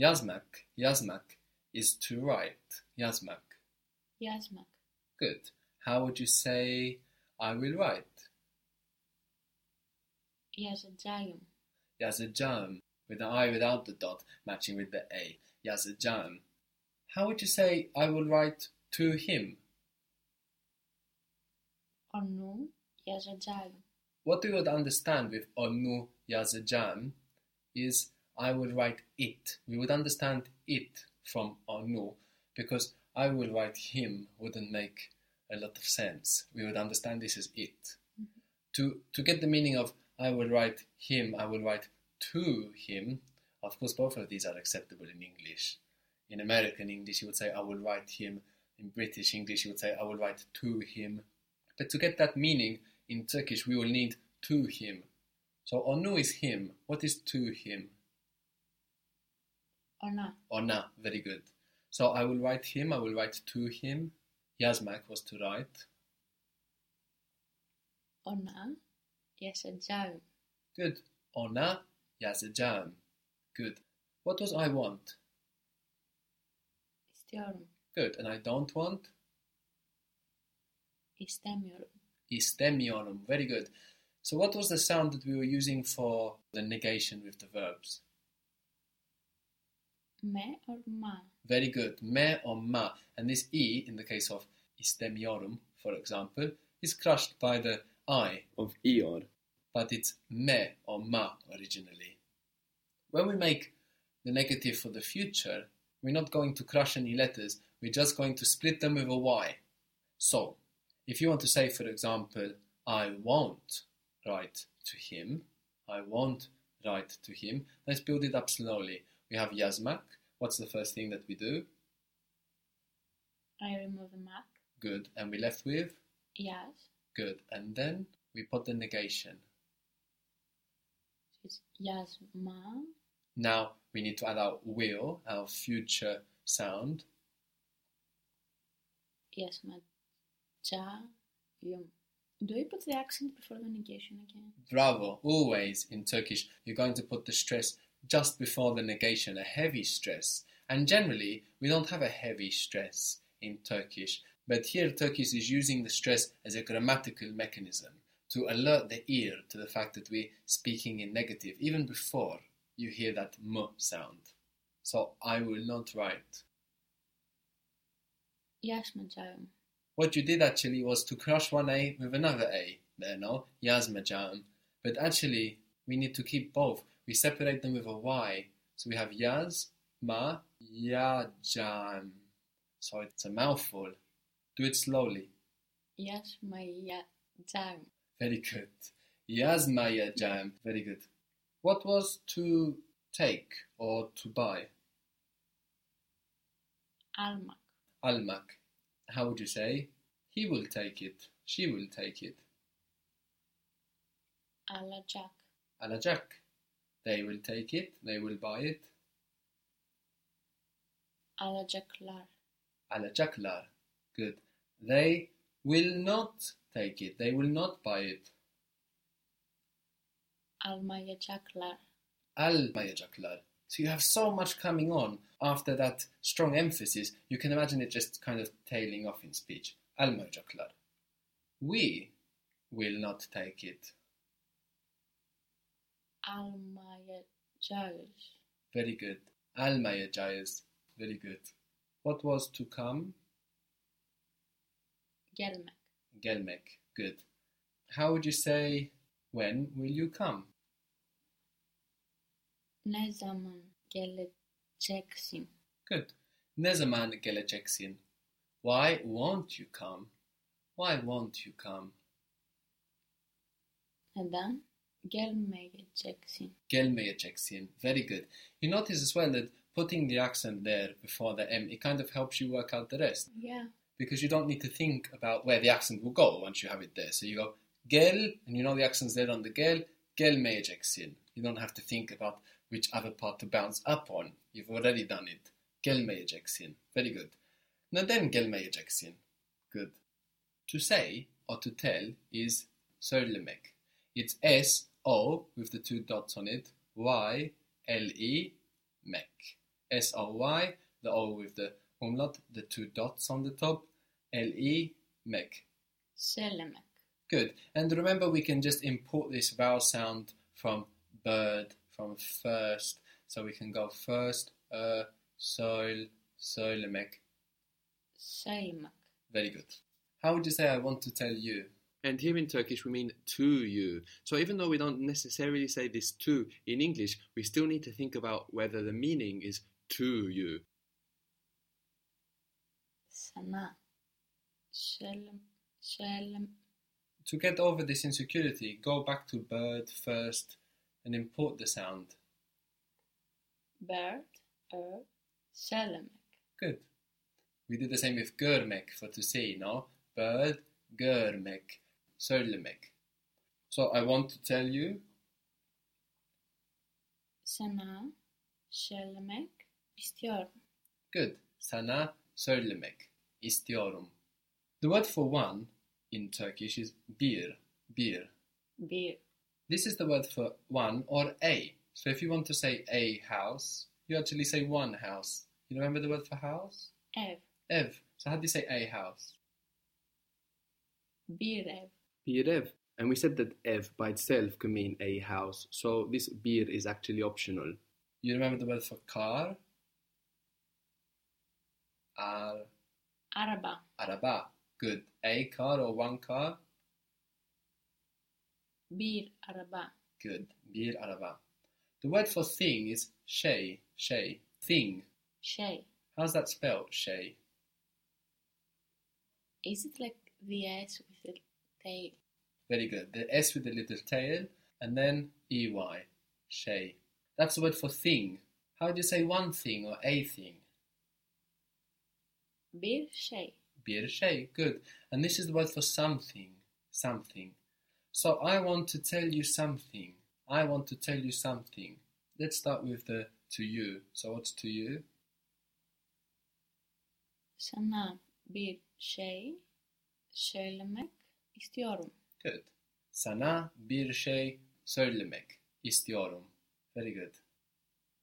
Yazmak, yazmak is to write. Yazmak. Yazmak. Good. How would you say I will write? Yazacağım. Yazacağım with the I without the dot matching with the A. Yazacağım. How would you say I will write to him? Onu yazacağım. What we would understand with onu yazacağım is I will write it. We would understand it from onu because I will write him wouldn't make a lot of sense. We would understand this is it. To to get the meaning of I will write him, I will write to him. Of course, both of these are acceptable in English. In American English, you would say I will write him. In British English, you would say I will write to him. But to get that meaning in Turkish, we will need to him. So onu is him. What is to him? Ona. Ona, very good. So I will write him, I will write to him. Yazmak was to write. Ona yazacağım. Good. Ona yazacağım. Good. What does I want? İstiyorum. Good. And I don't want? İstemiyorum. Istemiyorum. Very good. So what was the sound that we were using for the negation with the verbs? Me or ma. Very good. Me or ma. And this e in the case of istemiorum, for example, is crushed by the i of ER. but it's me or ma originally. When we make the negative for the future, we're not going to crush any letters, we're just going to split them with a y. So, if you want to say, for example, I won't write to him, I won't write to him, let's build it up slowly. We have Yazmak. What's the first thing that we do? I remove mak. Good. And we left with? Yaz. Good. And then we put the negation. It's yazma. Now we need to add our will, our future sound. Yazmacağım. Do you put the accent before the negation again? Bravo, always in Turkish, you're going to put the stress just before the negation, a heavy stress. And generally, we don't have a heavy stress in Turkish, but here Turkish is using the stress as a grammatical mechanism to alert the ear to the fact that we're speaking in negative, even before you hear that m sound. So I will not write. Yazmacağım. What you did actually was to crush one A with another A. There, no? Yazmacağım. But actually, we need to keep both. We separate them with a Y. So we have Yaz, Ma, Yajam. So it's a mouthful. Do it slowly. Yazmayacağım. Very good. Yazmayacağım. Very good. What was to take or to buy? Almak. Almak. How would you say? He will take it. She will take it. Alacak. alacak. They will take it, they will buy it. Alacaklar. Alacaklar. Good. They will not take it, they will not buy it. Almayacaklar. Almayacaklar. So you have so much coming on after that strong emphasis, you can imagine it just kind of tailing off in speech. Almayacaklar. We will not take it. Almayacağız. Very good. Almayacağız. Very good. What was to come? Gelmek. Gelmek. Good. How would you say, when will you come? Ne zaman geleceksin? Good. Ne zaman geleceksin? Why won't you come? Why won't you come? Neden gelmeyeceksin? Gelmeyeceksin. Very good. You notice as well that putting the accent there before the M, it kind of helps you work out the rest Yeah. because you don't need to think about where the accent will go once you have it there. So you go gel, and you know the accent's there on the gel, gelmeyeceksin. You don't have to think about which other part to bounce up on. You've already done it. Gelmeyeceksin. Very good. Neden gelmeyeceksin? Good. To say or to tell is söylemek. It's S O with the two dots on it, Y L E mek. S O Y, the O with the umlaut, the two dots on the top, L E, mek. Söylemek. Good. And remember, we can just import this vowel sound from bird, from first. So we can go first, uh, soil, söylemek. Söylemek. Very good. How would you say I want to tell you? And here in Turkish, we mean to you. So even though we don't necessarily say this to in English, we still need to think about whether the meaning is to you. Sana. Söylem. Söylem. To get over this insecurity, go back to bird first and import the sound. Bird. Ö. Söylemek. Good. We did the same with görmek for to see, no? Bird, görmek, söylemek. So I want to tell you, Sana. Söylemek. istiyorum. good. Sana söylemek istiyorum. The word for one in Turkish is bir, bir. Bir. This is the word for one or a. So if you want to say a house, you actually say one house. You remember the word for house? Ev. Ev. So how do you say a house? Bir ev. Bir ev. And we said that ev by itself can mean a house. So this bir is actually optional. You remember the word for car? Ar, Araba. araba. Good. A car or one car? Bir araba. Good. Bir araba. The word for thing is şey, şey. Thing. Şey. How's that spelled, şey? Is it like the S with the tail? Very good. The S with the little tail, and then EY, shay. That's the word for thing. How do you say one thing or a thing? Bir şey. Bir şey. Good. And this is the word for something. Something. So I want to tell you something. I want to tell you something. Let's start with the to you. So what's to you? Sana bir şey söylemek istiyorum. Good. Sana bir şey söylemek istiyorum. Very good.